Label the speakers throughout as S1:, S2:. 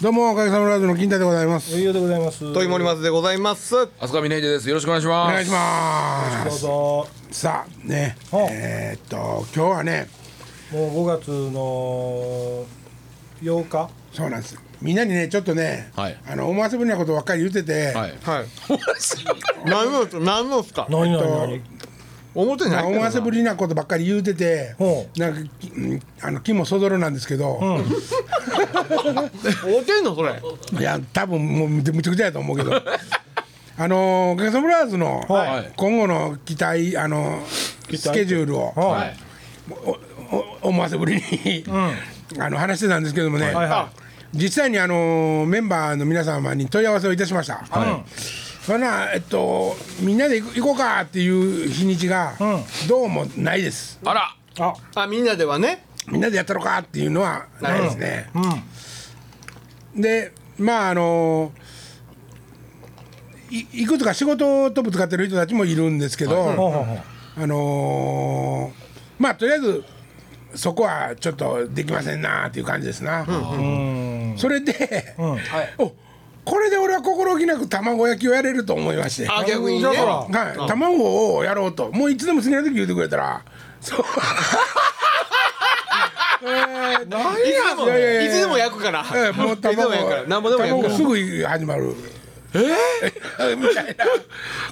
S1: どうもおかげさまラジオの金田でございます。
S2: いよでございます。
S3: といもりますでございます。
S4: あすかみねいでです。よろしくお願いしま
S1: お
S4: す。
S1: 願いしま
S2: どうぞ。
S1: す。さあね、
S2: はあ
S1: えーっと今日はね、
S2: もう5月の8日。
S1: そうなんです。みんなにねちょっとね、
S4: はい
S1: あの思わせぶりなことばっかり言ってて、
S4: は
S3: は
S4: い。
S3: い。何のす何のすか。
S2: 何々
S1: と
S2: 何
S3: 表に
S1: まあ
S3: 入
S1: 思わ
S3: って
S1: せぶ
S3: る
S1: りなことばっかり言うてて、
S2: ほ
S1: なんかきうんあの気もそぞろなんですけど、
S3: な。合うてんのそれ。
S1: いや多分もうむちゃくちゃやと思うけど。あのおかげさまラジオの
S4: はい
S1: 今後の期待あの
S2: 期待
S1: スケジュールを
S2: 何。
S4: は
S2: はいい。。
S1: お思わせぶりに、あの話してたんですけどもね、
S2: はいは
S1: 実際にあのメンバーの皆様に問い合わせをいたしました、そんなえっとみんなで行こ行こうかっていう日にちが、どうもないです
S4: あら。
S2: い。あ、
S3: あみんなではね。
S1: みんなでやったのかっていうのはないですね、でまああのいいくつか仕事とぶつかってる人たちもいるんですけど、
S2: ほうほうほう。
S1: あのーまあとりあえずそこはちょっとできませんなっていう感じですな、それで、おこれで俺は心置きなく卵焼きをやれると思いまして、
S3: あ
S1: は
S3: 逆にね。
S2: だから
S1: い、卵をやろうともういつでも好きな時言うてくれたらそういやい
S3: いつでも
S1: やいや
S3: いつでも焼くから。
S1: ええもう
S3: いつで も焼くから。なんぼでも焼
S1: 卵
S3: くから
S1: す。ぐ始まるえ みたいな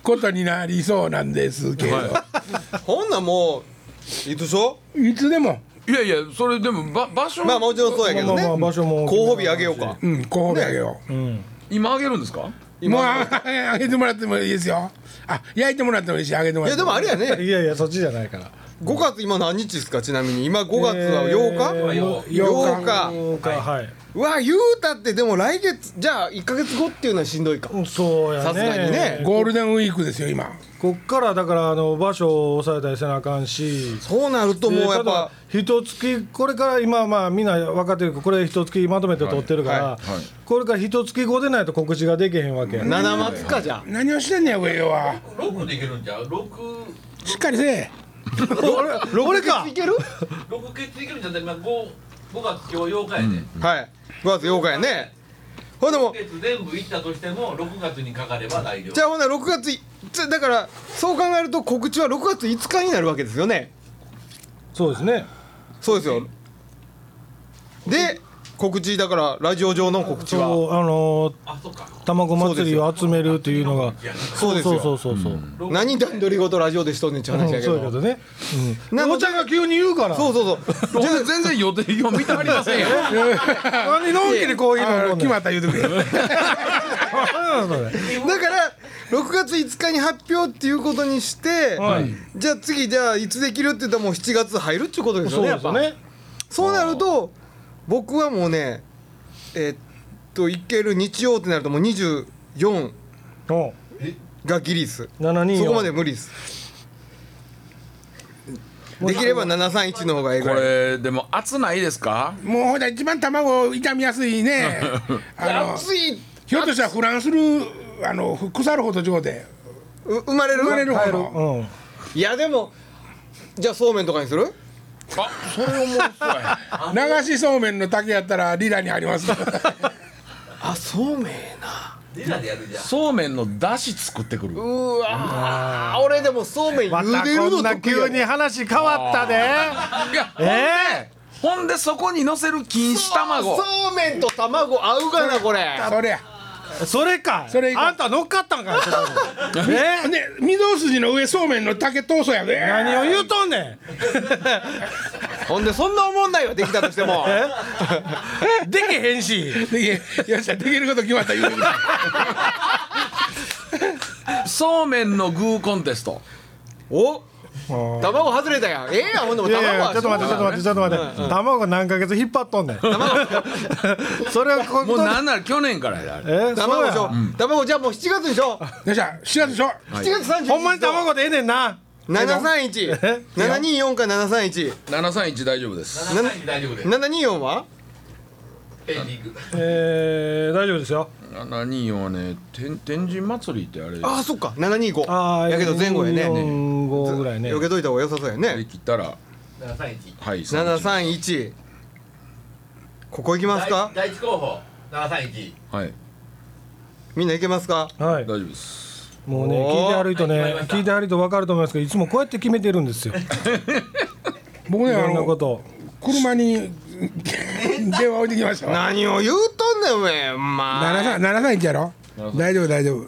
S1: ことになりそうなんですけど、
S3: ほんならもういつしょ。
S1: い、つでも、
S4: いやいや、それでも、ば、場所。
S3: まあもちろんそうやけ
S2: まあ
S3: ど
S2: まあ
S3: ね。
S2: 場所も。
S3: 候補日あげようか。
S1: うん、候補日あげよう、
S4: 今あげるんですか。
S1: もう
S3: 今。
S1: ああげてもらってもいいですよ。あ焼いてもらってもいいし、あげても
S3: い
S1: らって
S3: やでもあれやね。
S2: いやいやそっちじゃないから。
S3: 5月今何日ですかちなみに今5月は
S2: 8日。
S3: 8日。8日。
S2: 8日はい。
S3: うわ言うたってでも来月じゃあ1ヶ月後っていうのはしんどいか。
S2: うんそうやね。
S3: さすがにね
S1: ゴールデンウィークですよ、今。
S2: こっからだからあの場所を抑えたりせなあかんし。
S3: そうなるともうや
S2: で
S3: っぱ。
S2: ただ一月これから今まあみんな分かってるけどこれ一月まとめて撮ってるから、
S3: はい
S4: はい
S2: これから一月後でないと告知ができへんわけや、
S3: 七松かじゃ
S1: 何をしてんねや、上よは。
S5: 六でいけるんじゃう六
S1: しっかりせえ。
S3: 俺かいける
S5: 六決でいけるんじゃう今五五月今日8日やで、
S3: はい5月8日やねほんでも
S5: 六月全部行ったとしても6月にかかれば大丈夫
S3: じゃあほんなら6月いじゃあだからそう考えると告知は6月5日になるわけですよね
S2: そうですね
S3: そうですよで告知だからラジオ上の告知は
S2: そうあの
S5: あそっか
S2: ー卵祭りを集めるというのが
S3: そうです
S2: そう
S3: よ
S2: そうそうそう、うん
S3: 何段取りごとラジオでしとんねんって話やけ
S2: そ
S3: ど
S2: うやけどね、
S3: な
S2: うん、おちゃんが急に言うから
S3: そうそうそう
S4: 全然、全然予定を見てありませんよ。
S2: 何のんきにこういう
S1: あ決
S2: の決ま
S1: まった言うてくれ。
S3: だから6月5日に発表っていうことにして、
S2: はい
S3: じゃあ次じゃあいつできるって言ったらもう7月入るっていうことですよ
S2: そう
S3: ね
S2: ですよ
S3: やっぱ
S2: ね
S3: そうなると僕はもうねえっといける日曜ってなるともう24
S2: うん
S3: がギリス
S2: 7人
S3: そこまで無理ですできれば731の方がええぐ
S4: こ
S3: らい
S4: れ、でも、暑ないですか。
S1: もうほら、一番卵傷みやすい ね。あの、
S3: 暑い
S1: ひょっとしたら腐乱する、あの、腐るほど上で。
S3: う生まれる
S1: 生まれるほ
S2: う
S1: ど。
S2: ん
S3: いやでもじゃあそうめんとかにする
S4: あ、それ思うそうや。
S1: 流しそうめんの竹やったら、リラにあり ます。
S3: あそうめん
S5: デラでやるじゃん
S4: そうめんの出汁作ってくる。
S3: うわー俺でもそうめん
S2: ま
S3: 茹
S2: た
S3: でる
S2: こ
S3: の
S2: んな
S3: 得意や
S2: 急に話変わったで
S4: いや、
S2: ええ
S4: ほんで、そこに乗せる錦糸卵。
S3: そうめんと卵合うかなこれ
S1: それや。
S2: それかい
S1: それ以降
S2: あんた乗っかったん かいそこにね
S1: で、溝筋の上、そうめんの竹通そうやで。
S2: 何を言うとんねん
S3: ほんでそんな思んないわできたとしても
S2: できへんし
S1: でよっしゃ、できること決まった言うてくれ。
S4: そうめんの具コンテスト。
S3: お卵外れたやんええやんほんでも
S2: いやい
S3: 卵
S2: や
S3: は
S2: ちょっと待ってちょっと待ってちょっと待って、卵何ヶ月引っ張っとんねんそれはこ
S4: もう、なんんなら、去年からやで。あれ
S2: えそう
S3: 卵
S2: や
S3: でしょ、卵じゃあもう7月でしょ
S1: よっしゃ、7月でしょ。
S3: 7月31日
S2: ほんまに卵でええねんなえ
S3: 731724か731724
S4: 731大丈夫です。
S5: 7歳に大丈夫です
S3: は
S5: ペンディング
S2: えー、大丈夫ですよ
S4: 724はね、天、天神祭りってあれ。
S3: ああそっか725
S2: あー
S3: やけど前後やね
S2: 4 5ぐらいね
S3: 避けといた方が良さそうや
S4: で
S3: ね
S4: きたら。
S5: 7歳に
S4: はい。
S3: 731ここ行きますか
S5: 第一候補長崎駅
S4: はい
S3: みんな行けますか
S2: は
S4: 大
S2: い
S4: 丈夫です
S2: もうね
S3: おー
S2: 聞いてはるとね、
S5: はいわかりました
S2: 聞いてはると分かると思いますけどいつもこうやって決めてるんですよい
S1: 僕ねあ
S2: ろんなこ
S1: の
S2: と
S1: 車 に電話置いてきましたわ
S3: 何を言うとんねんお前まあ
S1: 731やろ大丈夫大丈夫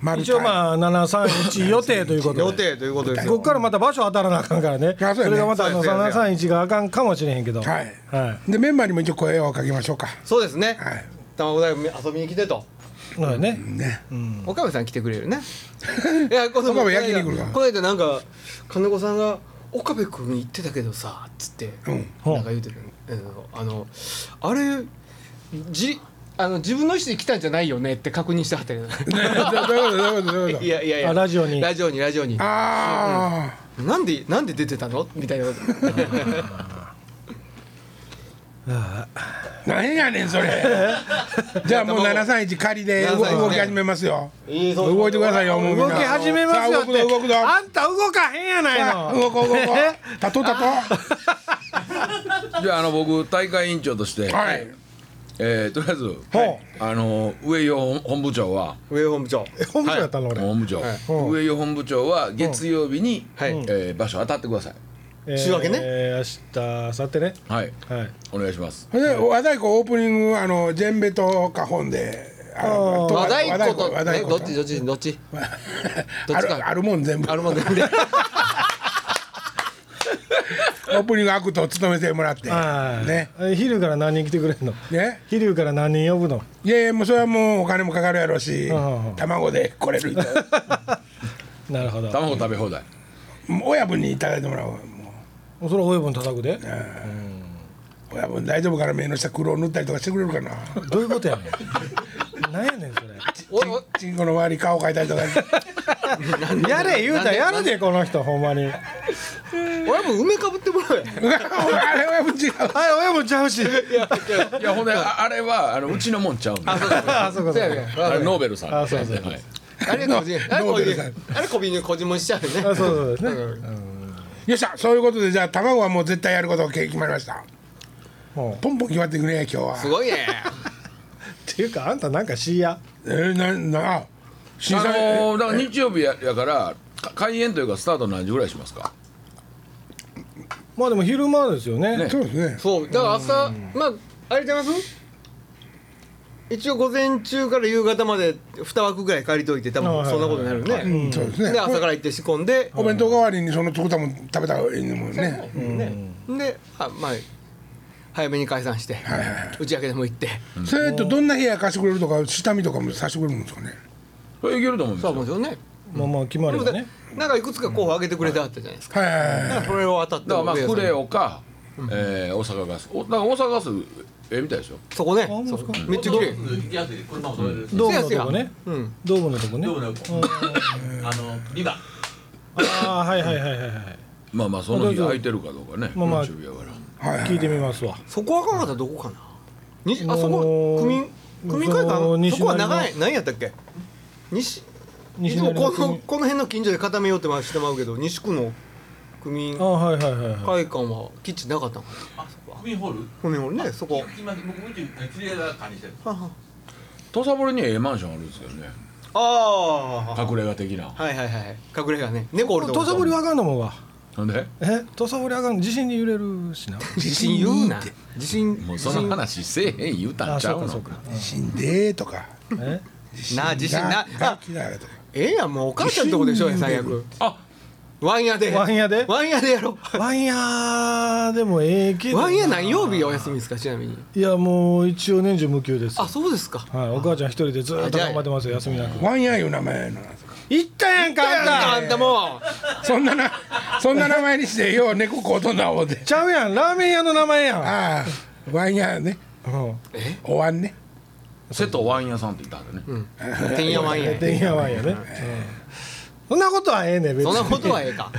S1: 丸
S2: 一応
S1: あ
S2: まあ731予定ということで
S3: 予定ということです
S2: こ
S3: よ
S2: こからまた場所当たらなあかんからね
S1: あそうやね
S2: れがまたあの
S3: そうや
S2: 731があかんかもしれへんけど
S1: はい
S2: は
S1: でメンバーにも一応声をかけましょうか
S3: そうですね
S1: はい
S3: 卵大学遊びに来てと
S2: いそうやね
S1: ね
S3: 岡部さん来てくれるね いやこ
S1: 岡部焼きに来るから
S3: この間なんか金子さんが「岡部君言ってたけどさ」っつって、
S1: うん
S3: なんか言うてる、うんあのあれじあの自分の意思で来たんじゃないよねって確認してはったけど
S1: どういうことどういうことどういうこ
S3: いやいやいや
S2: あラジオに
S3: ラジオにラジオに
S1: とああ
S3: なんでなんで出てたのみたいなこと
S1: 何やねんそ れじゃあもう731仮で動
S3: 731
S1: 動き始めますよ
S3: いい
S1: 動いてくださいよもうみん
S2: 動
S1: な
S2: き始めますよっ
S1: さあ
S2: て
S1: 動くぞ動くぞ
S2: あんた動かへんやない
S1: さあ
S2: の
S1: 動こう動こうたとたと
S4: じゃああの僕大会委員長として、
S1: はい
S4: えーとりあえず、
S1: はい
S4: あの上与本部長は
S3: 上本部長
S2: 本部長やったの俺、
S4: 本部長、
S3: はい
S4: 上与本部長は月曜日に、
S3: はい
S4: えー場所当たってください
S2: えー
S3: 週明けね
S2: 明日明後日ね
S4: はい
S2: はい
S4: お願いします
S1: それで和太鼓オープニングあのジェンベとか本であの
S3: 和太鼓
S1: 和
S3: と
S1: 太
S3: ね
S1: 鼓
S3: どっちどっちどっちど
S1: あ
S3: っちか
S1: るあるもん全部
S3: あるもんで
S1: オープニングアクトを務めてもらって
S2: はい
S1: ね
S2: ね昼から何人来てくれんの
S1: ね
S2: 昼から何人呼ぶの
S1: いやいやもうそれはもうお金もかかるやろうし
S2: うん
S1: 卵で来れる人
S2: なるほど
S4: 卵食べ放題
S1: もう親分にいただいてもらおうも
S2: それ親分叩くで
S1: う親分大丈夫かな目の下黒を塗ったりとかしてくれるかな
S2: どういうことやねんなんやねんそれ
S3: おいおい
S1: チンコの周り顔描いたりとか
S2: やれ言うたらやるでこの人ほんまに
S3: 俺も梅かぶってもらうよ
S1: うわあれ親分違う
S2: はい親分ちゃうし
S4: いやほんでああれはあのうちのもんちゃうんで
S2: あそうかそうか
S4: あれノーベルさん
S2: あそうそうそう
S4: はい
S3: あれ個人 あれ
S1: ノー
S3: 個
S1: ベル
S3: 人
S1: さん
S3: あれ個人個人もしちゃうよ
S2: あ
S3: ね
S2: そうそうですね、
S1: よっしゃそういうことでじゃあ卵はもう絶対やることが決まりました
S2: うんっ
S1: ポンポン決まってくれ今日は
S3: すごいね
S2: ていうかあんたなんかしいや
S1: えー、ななあ審
S4: あ
S1: 査、
S4: のーだから日曜日ややからか開演というかスタート何時ぐらいしますか
S2: まあでも昼間ですよね
S1: えそうですね
S3: そうだから朝まああれちゃいます一応午前中から夕方まで2枠ぐらい借りといて多
S2: あはい
S3: 分
S2: はい
S3: そんなことになるよね
S1: うんそうですね
S3: で朝から行って仕込んで
S1: お弁当代わりにその作ったもん食べたらいいもんね
S3: であまあ早めに解散して
S1: はいはいはい
S3: 打ち明けでも行って
S1: それとどんな部屋貸してくれるとか下見とかもさしてくれるんですかね
S4: これいけると思うんです
S3: そうも
S4: よ
S3: ちろんね
S2: まあまあ決まれ
S3: でも
S2: ばね
S3: ねなんかいくつか候補挙げてくれてあったじゃないですか
S1: はいはいは
S3: だからそれを当たって
S4: だからまあ
S3: 上野さ
S4: ク
S3: んに
S4: レオか、えー大阪ガスおだから大阪ガスええみたいですよ
S3: そこね
S2: ほんまですか
S3: そうめっちゃ綺麗
S5: 行きやすい車も取れるし
S2: ドームのとこね
S3: うん
S2: ドームのとこね
S5: どうもねあのリバ
S2: ああはいはいはいはいはい
S4: まあまあその日空いてるかどうかね
S2: まあまあ
S4: 日曜日やから
S1: いはいはい
S2: 聞いてみますわ
S3: そこはかんかったらどこかなにあ
S2: もう
S3: そこ区民区民会
S2: その
S3: 館
S2: 西
S3: そこ
S2: 成
S3: は
S2: の
S3: 長い何やったっけ西い
S2: 西
S3: つ
S2: 成
S3: も
S2: の
S3: こ
S2: 区
S3: の
S2: 民
S3: この辺の近所で固めようってましてまうけど西区の区民
S2: ああはいはいはいはい
S3: 会館はキッチンなかったのかな
S5: あクミンホール
S3: 区民俺ねそこ
S5: 今僕うち知り合いが管理してる
S3: はは
S4: 土佐堀にええマンションあるんですよね
S3: あ
S4: 隠れ家的な
S3: あはいはいはい隠れ家ね猫おるとこ
S2: 土砂降りはあかんのもんわ
S4: なんで
S2: え土砂降りあかん地震に揺れるしな
S3: 地震言うな地震
S4: もうその話せえへん言うたん
S2: あ
S4: ちゃ
S2: そう
S4: う
S2: かそ
S4: の
S2: うか
S1: 死んでーとか
S2: え
S3: なあ地震な
S1: あ
S3: あええやんもうお母ちゃんとこでしょ
S1: 地震
S3: 最悪
S4: あ
S3: ワンヤで
S2: ワンヤで
S3: ワンヤでやろ
S2: ワンヤーでもええけ
S3: う
S2: どな
S3: ワンヤ何曜日お休みですかちなみに
S2: いやもう一応年中無休です
S3: あそうですか
S2: はいお母ちゃん一人でずーっと頑張ってますよ休みなく
S1: ワンヤーいう名前やな
S2: 行ったやんか
S3: あ
S2: あん
S3: んた
S2: た
S3: も
S1: そんななそんな名前にしてよう猫こうとんな思うて
S2: ちゃうやんラーメン屋の名前やん
S1: ああワンヤーね
S2: うん
S1: おわんね
S4: 瀬戸ワイン屋さんって言ったんだね、
S3: うてんやわんや
S2: てんやわんやね、そんなことはええねん別
S3: そ
S2: に
S3: んなことはええか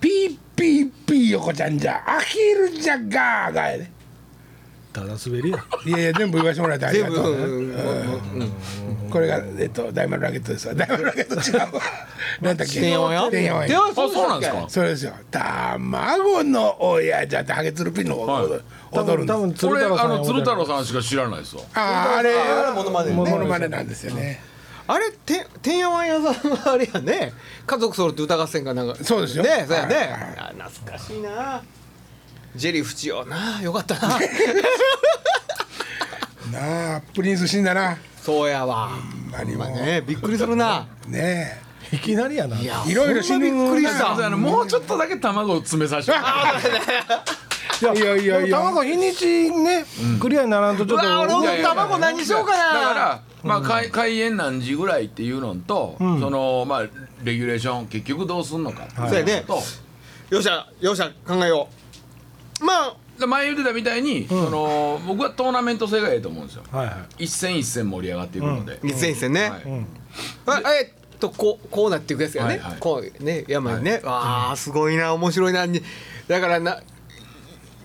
S1: ピーピーピー横ちゃんじゃアヒルじゃガーガーやね
S2: ただ滑りや
S1: いやいや全部言わせてもらってあり
S3: 全
S1: が
S3: 部
S1: とう。
S3: うんうんうん
S1: これがえっと大丸ラケットですわ。大丸ラケット違うわ。なんだっけ。
S3: てんやわんや
S1: てんやわん
S3: で
S1: や
S3: は
S4: あそうなんですか
S1: それですよ。卵の親じゃってハゲツルピンの方
S4: はい
S2: 多
S1: 踊るん
S2: 分
S1: です
S2: 多。分鶴
S4: これあ
S2: 太郎さん
S4: の鶴太郎
S2: ん
S4: さんしか知らないですわ
S1: あーあれ
S3: あれモノマネね
S1: モノマネなんですよね。
S3: あれててんやわんやさんはあれやね家族揃って歌合戦かなんか
S1: そうですよ
S3: ねそうやね
S1: はいはい
S3: あ懐かしいなジェリー淵よなよかっ たな
S1: なあプリンス死んだな。
S3: そうやわ
S1: まに
S3: ま
S1: も
S3: あ
S1: ね
S3: ねびっくりするな
S2: いきなりやない
S3: や
S1: いろいろ死ぬ
S3: ほんまびっくりし
S4: あ
S3: た
S4: のもうちょっとだけ卵を詰めさせて
S1: いやいやいやい
S2: でも
S1: や。
S2: 卵日にちねクリアにならんとちょっと
S3: うわ俺も
S4: いやいや
S3: 卵何しようかな
S4: だから、まあ、開開演何時ぐらいっていうのと、そのまあレギュレーション結局どうすんのかっていうのと、
S3: そうやね よっしゃよっしゃ考えようまあ
S4: で前言ってたみたいに、その僕はトーナメント制がええと思うんですよ
S2: はいはい
S4: 一戦一戦盛り上がっていくので、
S3: 一戦一戦ね、
S4: はい
S3: あえっとこうこうなっていくやつやね、
S4: はいはい
S3: こうね山にね、あーすごいな面白いなにだからな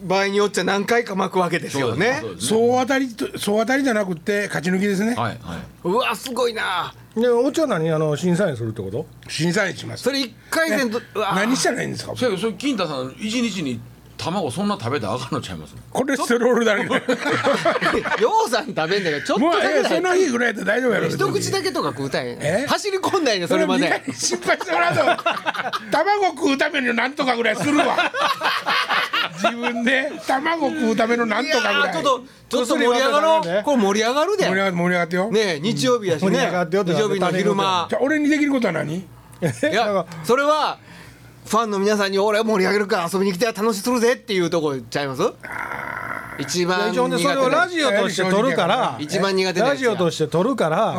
S3: 場合によっちゃ何回か巻くわけですよね
S4: そうです
S1: 総当たりと総当たりじゃなくて勝ち抜きですね。
S4: はいはいう
S3: わすごいな
S2: でお茶何あの審査員するってこと
S1: 審査員します
S3: そ。れ一回戦と、
S1: ね
S3: うわ
S1: 何したらいいんですか。
S4: そやけどそれ金太さん一日に卵そんな食べたらあかんのちゃいます
S1: コレステロールだけ。
S3: ようさん食べんだからちょっ
S1: も
S3: と
S1: う
S3: だ
S1: え
S3: け
S1: え
S3: だ
S1: その
S3: よ
S1: 日ぐらいだと大丈夫やろ。別に
S3: 一口だけとか食うたん
S1: え
S3: や走り込んだんやそれま
S1: みんな
S3: で
S1: に心配してもらうと卵食うためのなんとかぐらいする わ自分で卵食うためのなん
S3: い
S1: とかぐら
S3: やー
S1: い
S3: ちょっとちょっと盛り上
S2: 薬
S3: が
S2: はまだ
S3: ろ
S2: ね
S3: うこれ盛り上がるで
S1: 盛り上がって盛り上がってよ、
S3: ねえ日曜日やしね
S2: 盛り上がってよって
S3: 日
S2: なって
S3: 曜日の昼間
S1: じゃあ俺にできることは何
S3: い やそれはファンの皆さんに俺は盛り上げるから遊びに来て楽しするぜっていうとこちゃいます一番
S2: 一応
S3: 苦
S2: ねそ
S3: 手
S2: れをラ
S3: な
S2: ジオとして撮るから
S3: 一番苦手なや
S2: ラ
S3: つ
S2: ジオとして撮るから
S1: うん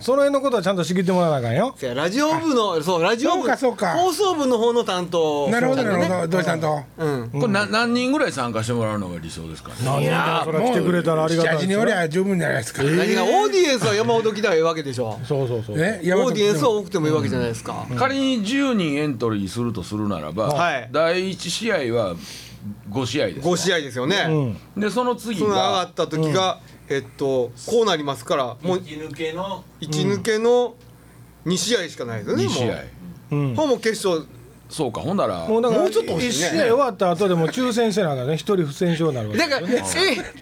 S2: その辺のことはちゃんと仕切ってもらわなあかんよ
S3: せやラジオ部のそうラジオ
S1: そう
S3: 部
S1: かそうか
S3: 放送部の方の担当
S1: なるほど
S3: だ
S1: な
S3: ね
S1: るほどどうしたんと
S3: うん
S4: これな何人ぐらい参加してもらうのが理想ですかね
S2: 何人かそれ
S1: も
S2: 来
S1: う
S2: てくれたらありがた
S1: 7
S2: いです
S1: 人
S2: よ
S1: おりゃ十分じゃないですかえ
S3: 何がオーディエンスは山ほど来たらいいわけでしょ
S2: そうそうそう
S1: え
S3: オ
S1: 山
S3: ー
S1: 本
S3: ディエンスは
S1: 君
S3: 多くてもいいわけじゃないですか
S4: 仮に10人エントリーするとするならば、
S3: はい
S4: 第1試合は5試合ですか
S3: 5試合ですよね
S4: でその次
S3: その上が
S4: が
S3: った時がえっとこうなりますからもう
S5: 息抜けの
S3: 一抜けの2試合しかないですよね
S4: 2試合
S2: うん
S3: もうほぼ決勝
S4: そうかほんなら
S2: もうだから
S3: もうちょっと欲しいね
S2: 一試合終わった後でも抽選せなあかんね一人不戦勝になるわけ
S3: だからえ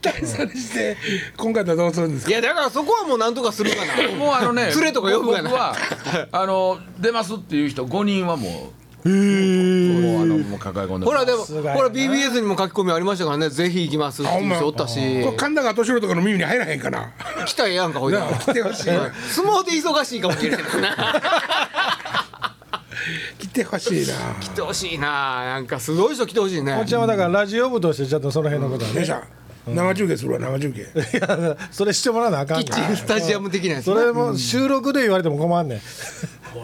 S1: 対戦して今回とはどうするんです
S3: い
S1: か
S3: やだからそこはもうなんとかするかな
S4: もうあのね
S3: 連れとか呼ぶが
S4: 僕
S3: な
S4: はあの出ますっていう人5人はもうもうあのもう抱え込んで
S3: ほらで
S4: も
S3: も
S2: す
S3: ほ
S2: がやな
S3: ら BBS にも書き込みありましたからねぜひ行きますっていう人おったし
S1: これ神田川敏郎とかの耳に入らへんかな
S3: 来たらええやんかほいで
S1: なあ来 てほしいな
S3: 相撲で忙しいかもしれんけどな
S1: 来てほしいな
S3: 来てほしいななんかすごい人来てほしいね
S2: こちらはだからラジオ部としてちょっとその辺のことは
S1: よい
S2: ね
S1: しょ生中継するわ生中継
S2: いや それしてもらわなあかん
S3: キ
S2: ね
S3: ッチンスタジアム的なやつ
S2: それも収録で言われても困んねん
S5: こ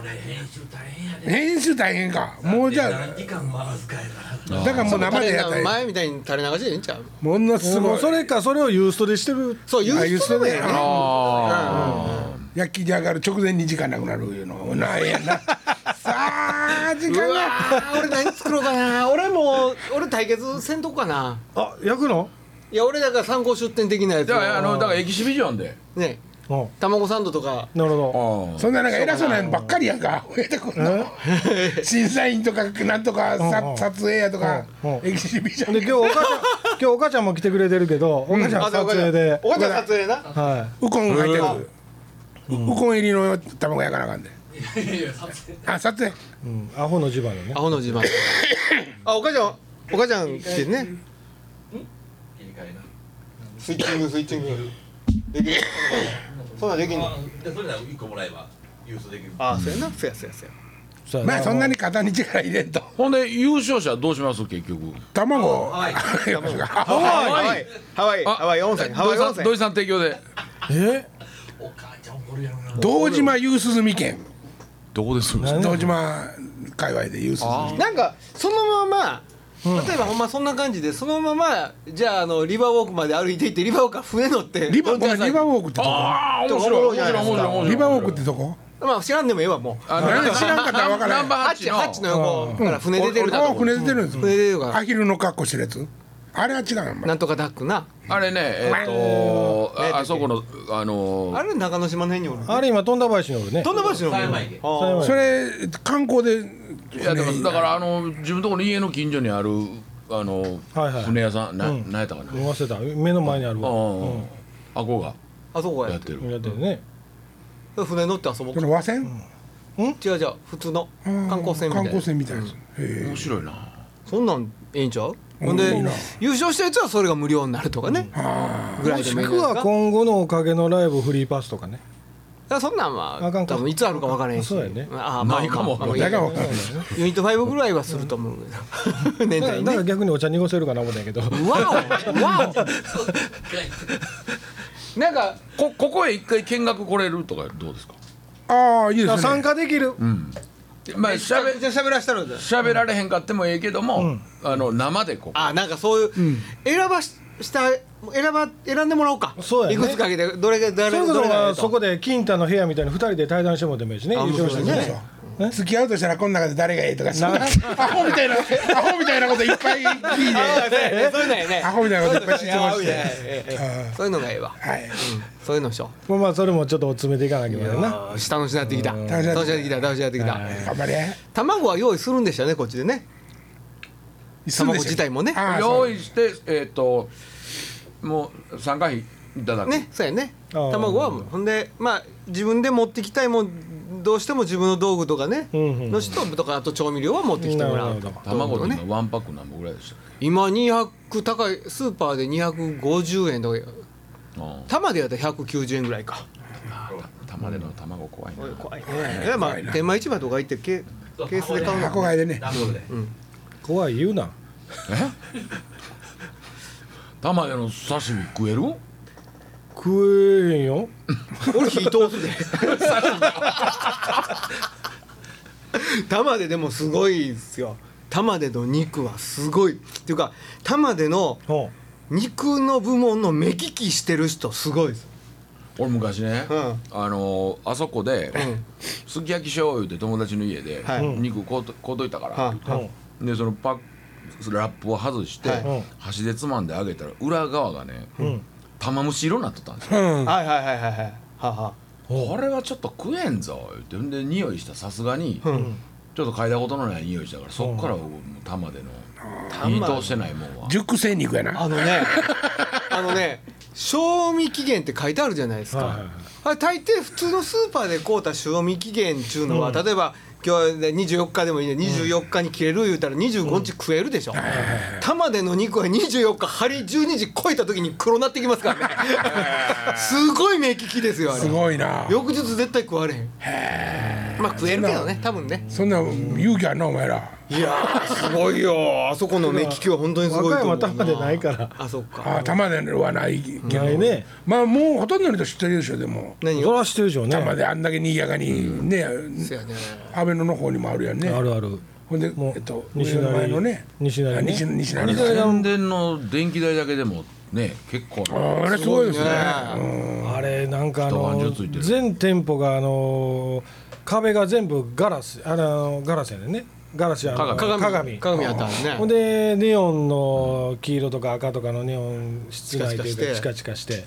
S5: れ編集大変やで
S1: 編集大変かもうじゃ
S5: 何時間回すかやから
S1: あだからもう生でやったら
S3: 前みたいに垂れ流しでいいんちゃう
S1: ものす
S2: も
S1: ご
S2: う
S1: い
S2: それかそれをユーストでしてる
S3: そう言
S1: あ
S3: う
S1: 言う
S3: 人
S1: 人
S3: も
S1: だ
S3: や
S1: よ
S3: な
S4: あ
S1: 焼き上がる直前に時間なくなるいうのはなんやなさあ時
S3: う
S1: 間
S3: わ
S1: が
S3: ー俺何作ろうかな俺もう俺対決せんとこかな
S2: あ焼くの
S3: いや俺だから参考出店的なや
S4: ー
S3: つ
S4: じ
S3: を
S4: ゃああのだからエキシビジョンで
S3: ね
S2: うん
S3: 卵サンドとか
S2: なるほ
S4: あ
S2: ど
S4: ー
S1: そんななんか偉そうなのばっかりやんか親とこの審査員とかなんとか
S2: うん
S1: さ撮影やとか
S2: うんうん
S1: エキシビショ
S2: で
S1: ン
S2: 今日お母ち ゃん今日お母ちゃんも来てくれてるけどお母ちゃん撮影で
S3: おかちゃん撮影な
S2: は
S1: ウコン入ってくるウコン入りの卵やからあかんで
S5: いやいや撮影
S1: あ撮影
S2: いうんアホの磁場のね
S3: アホの自慢 あおかちゃんおかちゃん来てね
S5: 切り替えな
S3: スイッチングスイッチングできるそんなんできんの
S5: あじゃあそれなら1個もらえば郵送できる
S3: あそうやなそうやそうやそうや
S2: そうや
S1: まあそんなに肩に力入れんと
S4: ほんで優勝者どうします結局
S1: 卵
S5: はい
S3: ハワイハワイ
S4: あ
S3: ハワイ温泉ハワイ温泉
S4: 土井さん土井さん提供で
S2: え
S5: お母ちゃん怒るやろな
S1: 堂島夕涼み県
S4: どこです
S2: 何
S1: 堂島界隈で夕涼み
S3: なんかそのまま例えばほんまそんな感じでそのままじゃああのリバーウォークまで歩いていってリバーウォークから船乗って
S1: リバ
S3: 乗
S1: ご
S3: って
S1: め
S3: く
S1: ん
S3: ださい
S1: リバーウォークってとこ
S4: ああ面白い面白い面白い面白い
S1: リバーウォークってとこ
S3: まあ知らんでもええわもう
S4: あの
S1: なんか知らんかったら分からへん
S4: ナンバー
S3: ハッ
S4: 八
S3: チ
S4: の
S3: ハッチの横から船出てる
S1: あ
S3: か
S1: あ船出てるんです
S3: 船出てるから
S1: アヒルの格好してるやつあれは違うの
S3: なんとかダックな
S4: あれねえっとああそこのあの
S3: あれ中之島の辺におる
S2: あれ今富田林におるね
S3: どんな場所におる
S5: 狭いで
S3: あ
S1: それ観光で
S4: いやだからだからあの自分のとこの家の近所にあるあの
S2: はいはい
S4: 船屋さんな
S2: うん
S4: 何やったかな
S2: 忘れた目の前にある
S4: あ
S2: わ
S4: ああこ
S3: ー
S4: が
S3: あそこが
S4: や
S3: や
S4: っ
S3: って
S4: てる
S2: やってるね
S3: る船乗って遊ぼう
S1: こ
S3: か
S1: の和船
S3: 違う違う普通の
S1: うん
S3: 観光船みた
S1: 観
S3: いな
S1: 光船みたいなやつへえ
S4: 面白いな
S3: そんなんええんちゃうほん
S1: いい
S3: で
S1: な
S3: 優勝したやつはそれが無料になるとかね
S1: あ
S3: ぐら
S2: も
S3: いで
S2: し
S3: もいいん
S2: く
S3: じゃない
S2: は
S3: ですか
S2: 今後のおかげのライブフリーパスとかね
S3: だからそんなんは
S2: あかんか
S3: 多分いつあるか分からへんし
S2: そうやね
S3: ああ
S4: ないかも
S1: あだからわかんない
S3: ユニット5ぐらいはすると思うけど年
S2: だ
S3: 内に
S2: から
S3: ね
S2: 逆にお茶濁せるかな思うんやけど
S3: わおわおなんか
S4: こここへ一回見学来れるとかどうですか
S1: あああいいです
S2: 参
S1: ね
S2: 加できる
S4: まあしゃべ
S3: じゃあ喋らしたらどうだ
S4: 喋られへんかってもええけどもあの生でここ
S3: あなんかそういう、選ばしした選ば選んでもらおうか
S2: そうやね
S3: いくつかあげてどれが
S2: そ
S3: 誰
S2: れこ
S3: ど
S2: そ
S3: れがええ
S2: が
S3: と
S2: そこで金太の部屋みたいに二人で対談してもでもいいしね
S3: あ
S2: 優勝した
S3: 面
S2: ら
S3: 白い
S2: ね
S3: ね
S1: 付き合うとしたらこの中で誰がええとかそんなアホみたいなアホみたいなこといっぱい聞い
S3: あ
S1: て
S3: そうやねそういうのやね
S1: アホみたいなこといっぱい質問して
S3: ええええそういうのがええわ
S1: はい
S3: そういうのでしょ
S2: まあまあそれもちょっと詰めていかなきゃいけないな
S3: あー下のしなってきた楽しなってきた楽しなってきた
S1: 頑張れ
S3: 卵は用意するんでしたねこっちでね
S1: 住んで
S3: 卵自体もね
S1: ああそ
S4: 用
S1: う
S4: 意してえっともう参加費いただく
S3: ねそうやね
S2: あー
S3: 卵はもうほんでまあ自分で持ってきたいもんどうしても自分の道具とかね
S2: うんうんうん
S3: の人とかあと調味料は持ってきてもら
S2: なる
S3: う
S2: ほど
S4: 卵と
S3: ね
S4: 今ワンパック何本ぐらいでしたっ
S3: 今200高いスーパーで250円とか
S4: けうん
S3: 玉でやったら190円ぐらいか
S4: 玉での卵怖いな
S3: 怖いねまあ天満市場とか行ってケ
S5: そう
S3: ケースで買うの
S1: 箱買いでね
S5: ダブルで
S2: 怖い言うな
S4: 玉での刺身食える
S2: 食えへんよ
S3: 俺火通すで玉ででもすごいですよ玉での肉はすごいっていうか玉での
S2: ほ
S3: 肉の部門の目利きしてる人すごいです
S4: 俺昔ね、
S3: うん
S4: あのーあそこで、
S3: ん
S4: すき焼きしよう言うて友達の家で、
S3: はい
S4: 肉買うと買うといたから、
S2: うほう
S4: でそのパックラップを外して、
S3: はい
S2: うん
S4: 箸でつまんであげたら裏側がね、玉虫色になっとったんですよ、
S1: うん
S3: はいはいはいはいはいはあは
S4: これはちょっと食えんぞ言うてで匂いしたさすがに、
S3: あうん
S4: ちょっと嗅いだことのない匂いしたからそっから僕もう玉での火
S3: 玉
S4: 通してないもんは
S1: 熟成肉やな
S3: あのね あのね賞味期限って書いてあるじゃないですか、
S2: はいはいはい
S3: あれ大抵普通のスーパーで買うた賞味期限っちゅうのは、例えば今日で24日でもいいね24日に切れる言うたら25日食えるでしょ、玉での肉は24日針12時超えた時に黒なってきますからねすごい目利きですよあれ
S1: すごいな
S3: 翌日絶対食われへんまあ食えるけどね多分ね
S1: そんな勇気あるなお前ら
S3: いやーすごいよあそこの目利きは本当にすごいと
S2: 和歌
S3: 思
S2: 山玉
S3: う
S2: でないから
S3: あそっか
S1: ああ玉ではないけど
S2: ないね
S1: まあもうほとんどの人知ってるでしょでも
S3: 何
S2: そ
S3: を
S2: らしてるでしょうね
S1: 玉であんだけにぎやかにね
S3: そうやね
S1: 安倍野の方にもあるやんね
S2: あるある
S1: ほんで
S2: もう
S1: えっと
S2: 西
S1: 上の前
S2: 成
S1: のね
S2: 西成
S1: あ
S2: ね
S1: 西西成
S2: 西成
S1: ね
S2: が
S4: 宣伝の電気代だけでもね結構な
S1: あれすごいですね
S3: すごい
S2: あれなんかあ
S4: 一晩中
S2: の
S4: ついてる
S2: 全店舗があの壁が全部ガラスあのガラスやねんねガラスやあの
S3: 鏡
S2: 鏡
S3: 鏡あったら
S2: ほん
S3: ね
S2: でネオンの黄色とか赤とかのネオン室内というか
S3: チ
S2: チ
S3: カ
S2: カチカして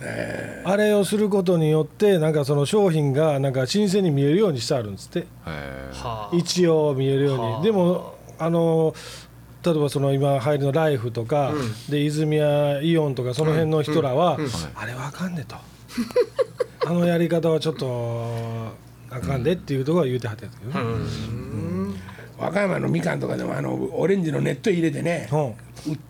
S2: あれをすることによってなんかその商品がなんか新鮮に見えるようにしてあるんですって
S4: へー
S3: はあ
S2: 一応見えるようにでもあの例えばその今入るのライフとか、で泉谷イオンとかその辺の人らは、あれはあかんでと あのやり方はちょっとあかんでっていうところは言うてはったんですけどね、
S1: 和歌山のみかんとかでもあのオレンジのネット入れてね
S2: うん
S1: う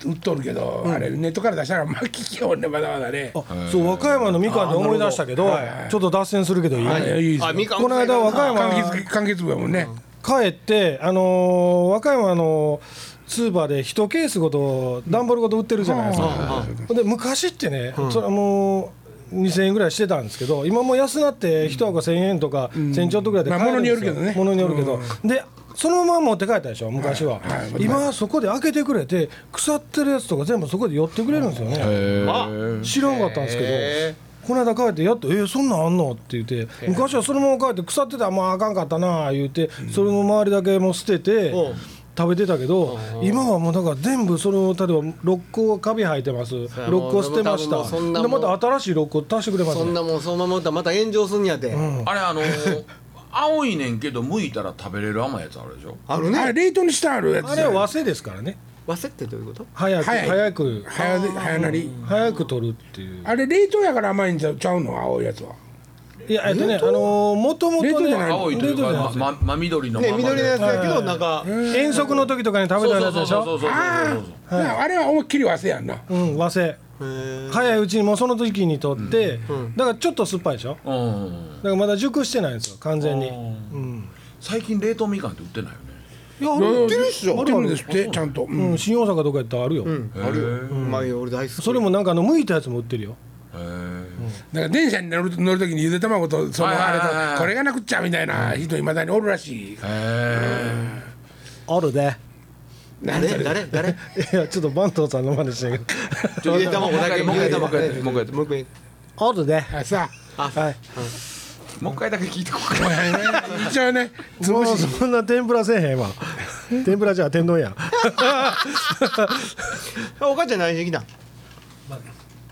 S1: 売っとるけど、あれネットから出したら巻ききよんねまだまだね
S2: あそう和歌山のみかんで思い出したけどちょっと脱線するけどいい、
S1: あれいいです
S3: あ
S1: よ
S3: みかん
S2: この間和歌
S1: 柑
S2: 山
S1: 橘柑橘部やもんね、
S2: 帰って、あのー和歌山のスーパーで1ケースごと段ボールごと売ってるじゃないですか。ほんで昔ってね、それはもう2000円ぐらいしてたんですけど今もう安なって1箱1000円とか1000ちょっとぐらいで買えるんですよ、
S1: まあ物によるけどね
S2: 物によるけど、でそのまま持って帰ったでしょ昔は、
S1: はいはい
S2: 今はそこで開けてくれて腐ってるやつとか全部そこで寄ってくれるんですよね、知らんかったんですけど、この間帰ってやっと「えー、そんなんあんの?」って言って昔はそのまま帰って腐ってたらまああかんかったなあ言うて、それの周りだけもう捨てて、食べてたけど、今はもうなんか全部その例えば六個カビ生えてます六
S3: やもう
S2: 個捨てました
S3: 多分もうそんな
S2: で
S3: も
S2: ま
S3: ん
S2: た新しい六個足してくれます
S3: そん
S2: ね
S3: なもんそのまま打ったらまた炎上すんやで、
S4: あれあの青いねんけど剥いたら食べれる甘いやつあるでしょ
S3: ある
S1: あれ
S3: ね
S1: 冷凍にしてあるやつ
S2: あれは和製ですからね
S3: 忘れってどういうこと
S2: 早く
S1: 早い
S2: 早く
S1: 早で早なり
S2: 早く取るっていう
S1: あれ冷凍やから甘いんちゃうちゃうの青いやつはい
S2: やえっとねあのもとも
S1: 冷
S2: と
S1: 凍じ
S2: ね
S1: ゃない
S4: 青いという
S2: 冷凍
S4: か
S2: じゃない
S4: まま真緑のま
S3: ね
S4: まで
S3: 緑のやつやけどなんか
S2: 遠足の時とかに食べた
S4: そう
S2: や
S4: そう
S2: つ
S4: そ
S2: でしょ
S4: うそうそうそう
S1: ああ、あれは思いっきり忘れやんな
S2: うん和製
S3: へ
S2: 早いうちにもうその時に取って、だからちょっと酸っぱいでしょ
S4: うん
S2: だからまだ熟してないんですよ完全にうん、
S4: 最近冷凍みかんって売ってないよね
S3: いや売ってるっし
S1: 売
S3: ょ
S1: ってるんですってちゃんと、うん
S2: うん、新大阪とかやったらあるよ、
S3: あるようまいよ俺大好き
S2: それもなんかあの剥いたやつも売ってるよ
S4: へえ
S1: だから電車に乗る乗る時にゆで卵とその
S4: はいは
S1: あ
S4: い
S1: れ
S4: はいはい
S1: とこれがなくっちゃみたいな人いまだにおるらしい。
S4: へ
S2: あるで
S1: 誰
S3: 誰誰誰
S2: いやちょっと番頭さんの真似してんけど
S4: え
S3: ゆで卵だけ
S4: もう一回もう一回もう一回
S3: もう一回
S2: あるで
S1: あさ
S2: はい
S4: もう一回だけ聞いてこう
S1: あ、
S4: かな
S1: 一応ね
S2: もうそんな天ぷらせえへん 今天ぷらじゃあ天丼や
S3: あお母ちゃん何しに来たん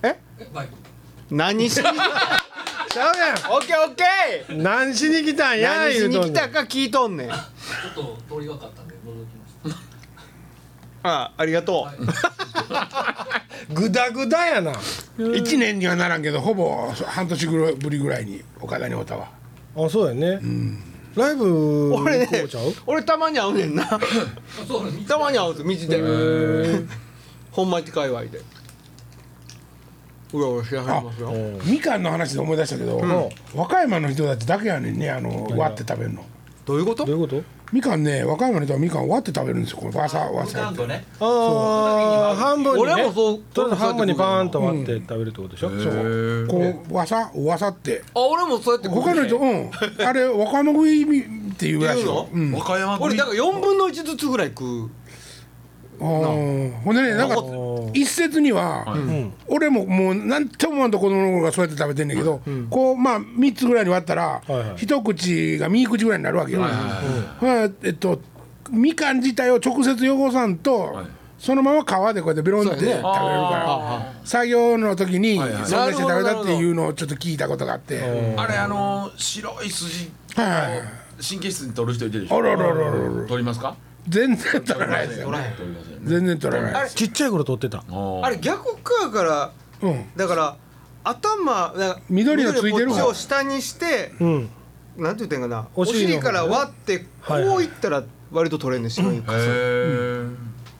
S3: え
S5: バイ
S3: 何しに
S2: ちゃうや
S3: オッケーオッケー
S2: ん何しに来たんや
S3: 何し
S2: 言うと
S3: に来
S2: んねん
S3: たか聞いとんねんあ
S5: ちょっと通りがかったんで覗きました
S3: あありがと
S2: グダグダやなあ
S1: 一年にはならんけどほぼ半年ぶりぐらいに岡田におったわ。
S2: そうやね、ライブ
S3: う俺ね
S2: こうちゃう
S3: 俺たまに会う ねんな
S5: あそうなんです
S3: たまに会うんです道でほんまに界隈でうわうらしはりますよ
S1: みかんの話で思い出したけど、和歌山の人たちだけやねんねあの割って食べるの。
S3: どういうこと
S2: どういうこと
S1: みかんね和歌山の人はみかん割って食べるんですよこれわさわ
S5: ちゃ
S1: さ
S5: ん
S1: って
S5: と。ね
S2: ああ半分にね
S3: 俺もそう
S2: とりあえず半分にバーンと割って食べるってことでしょ、
S1: そうこうわさわさって
S3: あ俺もそうやって食うね
S1: 他の人うんあれ和歌山食いっていうらしいよ。
S3: 言
S1: うん
S4: 和歌山
S3: 俺
S4: 組
S3: だから4分の1ずつぐらい食う
S1: ああほんでねなんか一説には、俺ももうなんとも思わんと子供の頃からそうやって食べてんねんけど、こうまあ3つぐらいに割ったら、
S2: いはい
S1: 一口が右口ぐらいになるわけよ、はいえっとみかん自体を直接汚さんと、
S4: い
S1: そのまま皮でこうやってベロンって食
S3: そう
S1: べれ
S3: や
S1: る
S3: ね
S1: から、作業の時にそん
S4: いはい
S1: なして食べたっていうのをちょっと聞いたことがあって、はい
S4: あれあの白い筋
S1: はいはい
S4: 神経質に取る人いてるでし
S1: あ
S4: ょ
S1: らららららら
S4: 取りますか
S1: 全然取らないですよ
S4: 取りませんよね
S1: 全然取らないです
S2: ちっちゃい頃撮ってた
S4: あ
S3: あれ逆かから
S1: うん
S3: だから頭だから
S1: 緑がついてるわ
S3: 緑こっちを下にして、
S2: うん
S3: なんて言ってんかな
S2: お
S3: お
S2: 尻の
S3: 尻から割ってこ
S2: はいはいう
S3: いったら割と取れんねん白いか
S4: へえ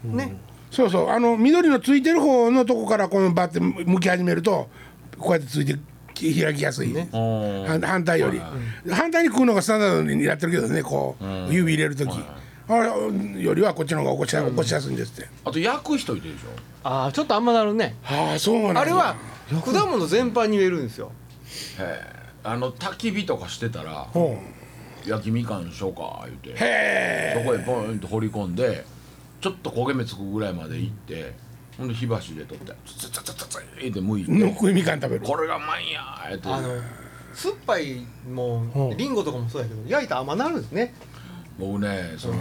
S3: ね
S1: そうそうあの緑のついてる方のとこからこのバッて向き始めるとこうやってついてき開きやすいね反反対より反対に食うのがスタンダードにやってるけどねこう指入れる時あれよりはこっちの方が起こしや起こしやすいんですって
S4: あと焼く人いてるでし
S3: ああちょっとあんまなるね
S1: ああそうなんだ
S3: あれは果物全般に言えるんですよ
S4: ょへえあの焚き火とかしてたら
S1: うん
S4: 焼きみかんしようか言うて
S1: へえ
S4: そこへボーンと掘り込んでちょっと焦げ目つくぐらいまで行ってほんで火箸で取ってツツツツツツって剥い
S1: の
S4: て
S1: 食いみかん食べる
S4: これがうまいんやーって
S3: あの酸っぱいも
S2: うん
S3: うリンゴとかもそうやけど焼いたら甘なるんですね
S4: 僕ねその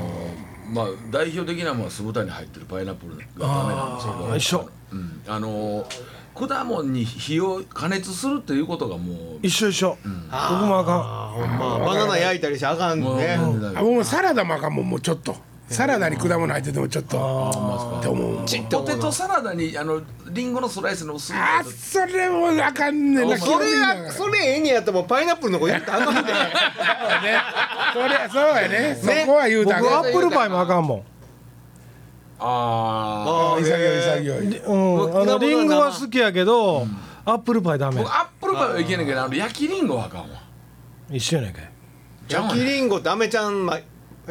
S4: まあ代表的なものは酢豚に入ってるパイナップルがダメなんですけど
S2: 一緒
S4: うん、あの果物に火を加熱するということがもう
S2: 一緒一緒、僕もあか
S3: あほんまバナナ焼いたりしてあかん
S4: もう
S3: ね
S4: なんだ
S1: あ
S4: ろう
S1: もうサラダもあかんもんもうちょっとサラダに果物入っててもちょっとって思う
S3: ちっと
S4: ポ
S3: 思うな
S4: テトサラダにあのリンゴのスライスの薄い
S1: あ
S4: や
S1: ー
S4: つ
S1: それもあかんねんな
S3: それやそれええにやったらもうパイナップルの子入れたらあかんで
S1: ねそれそうやねそこは言うんた
S2: 僕
S1: ら
S2: ア
S1: あかん
S2: ップルパイもあかんも
S4: ああ
S3: あー
S1: 潔い潔い
S2: んでうん
S3: 僕
S2: あの
S3: 果物は
S2: リンゴは好きやけど、アップルパイダメ
S4: 僕アップルパイはいけないけどあの焼きリンゴはあかんわ
S2: 一緒やないかい
S4: ちゃうわ
S3: 焼き
S4: ね
S3: リンゴってアメちゃんまえ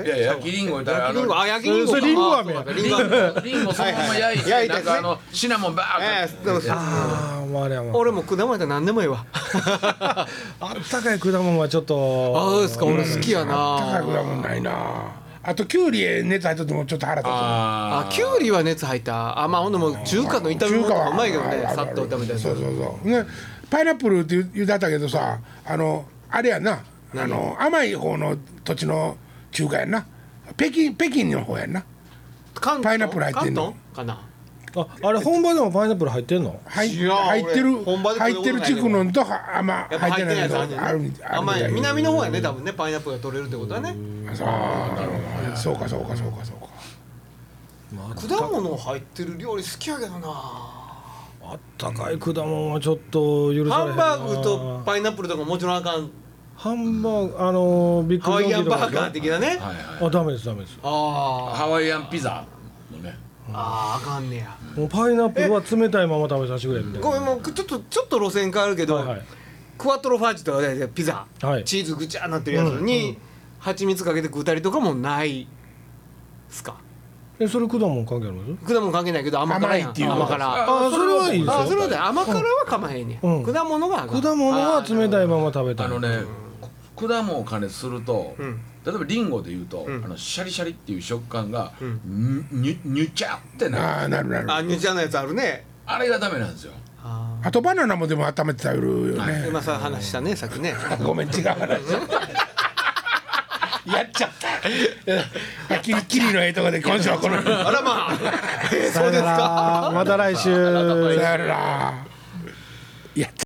S4: いや焼きリンゴ言うたら
S3: 焼きリンゴ
S4: あの
S3: あ焼きリンゴ
S2: それそれリンゴ飴
S3: や
S4: リンゴリンゴそのまま焼いて
S3: はいはい焼
S4: なん
S3: いて
S4: かあのシナモンバー
S3: え
S4: ッ
S3: えでも
S2: ああもうあれはもう
S3: 俺も果物やったら何でもええわあ
S2: あったかい果物はちょっと
S3: あそうですか俺好き
S1: 高
S3: や
S1: く
S3: な
S1: だもんないなあとキュウリへ熱入っとってもちょっと腹立つな
S4: あ
S3: あきゅうりは熱入ったあまあほんでも中華の炒め物とかうまいけどねさっと炒めたやつ
S1: そうそうそうねパイナップルって言う言うてあったけどさあのあれやなあの甘い方の土地の中華やんな北京北京の方やんな
S3: 関東
S1: パイナップル入ってんの
S3: 関東かな
S2: ああれ本場でもパイナップル入ってんの
S1: 入
S3: 知らん
S1: 入ってる
S3: 俺本場で
S1: 入ってる地区のんとはあんま
S3: やっぱ
S1: 入っ
S3: 入
S1: て
S3: ってな
S1: ないい
S3: や
S1: の
S3: つ
S1: あ
S3: あ
S1: る
S3: る
S1: み
S3: ね
S1: たい
S3: あんまり
S1: ある
S3: 南の方やね多分ねパイナップルが取れるってことはね
S1: みたいあそうそうかそうかそうかそうか
S3: 果物入ってる料理好きやけどな
S2: あったかい果物はちょっと許されへ
S3: ハ
S2: んな
S3: ンバーグとパイナップルとかもちろんあかん
S2: ハンバーグあのービッグ
S3: ハワイアンバーガー
S2: で
S3: 的なね
S4: はいはい
S2: あダメですダメです
S3: あ
S4: ハワイアンピザもね
S3: ーあーあかんねや
S2: もうパイナップルは冷たいまま食べさせてくれみたいな
S3: ごめんもうちょっとちょっと路線変わるけど、
S2: はいはい
S3: クワトロファージとかでピザ、
S2: はい
S3: チーズぐちゃーなってるやつに、蜂蜜かけて食うたりとかもないっすか
S2: えそれ果物関係あります
S3: 果物関係ないけど甘辛やん
S1: 甘いっていうこと
S3: 甘辛
S2: あそれはいいです
S3: あそ
S2: よ
S3: れで甘辛は構えんねや、
S2: うん
S3: 果物があかん
S2: 果物は冷たいまま食べたい
S4: あのね果物を加熱すると、
S3: ん
S4: 例えばリンゴでいうと、
S3: ん
S4: あのシャリシャリっていう食感が、にににゅちゃってなる
S1: ああなるなる
S3: あニュージャーのやつあるね
S4: あれがダメなんですよ
S3: あ
S1: あとバナナもでも温めて食べるよ
S3: ー
S1: ね
S3: 今さ話したねさっきね
S1: ごめん違う話やっちゃったキリキリのええとこで今週はこの辺
S3: あらまあそうです
S2: さよな
S3: から
S2: また来週
S1: さよならやった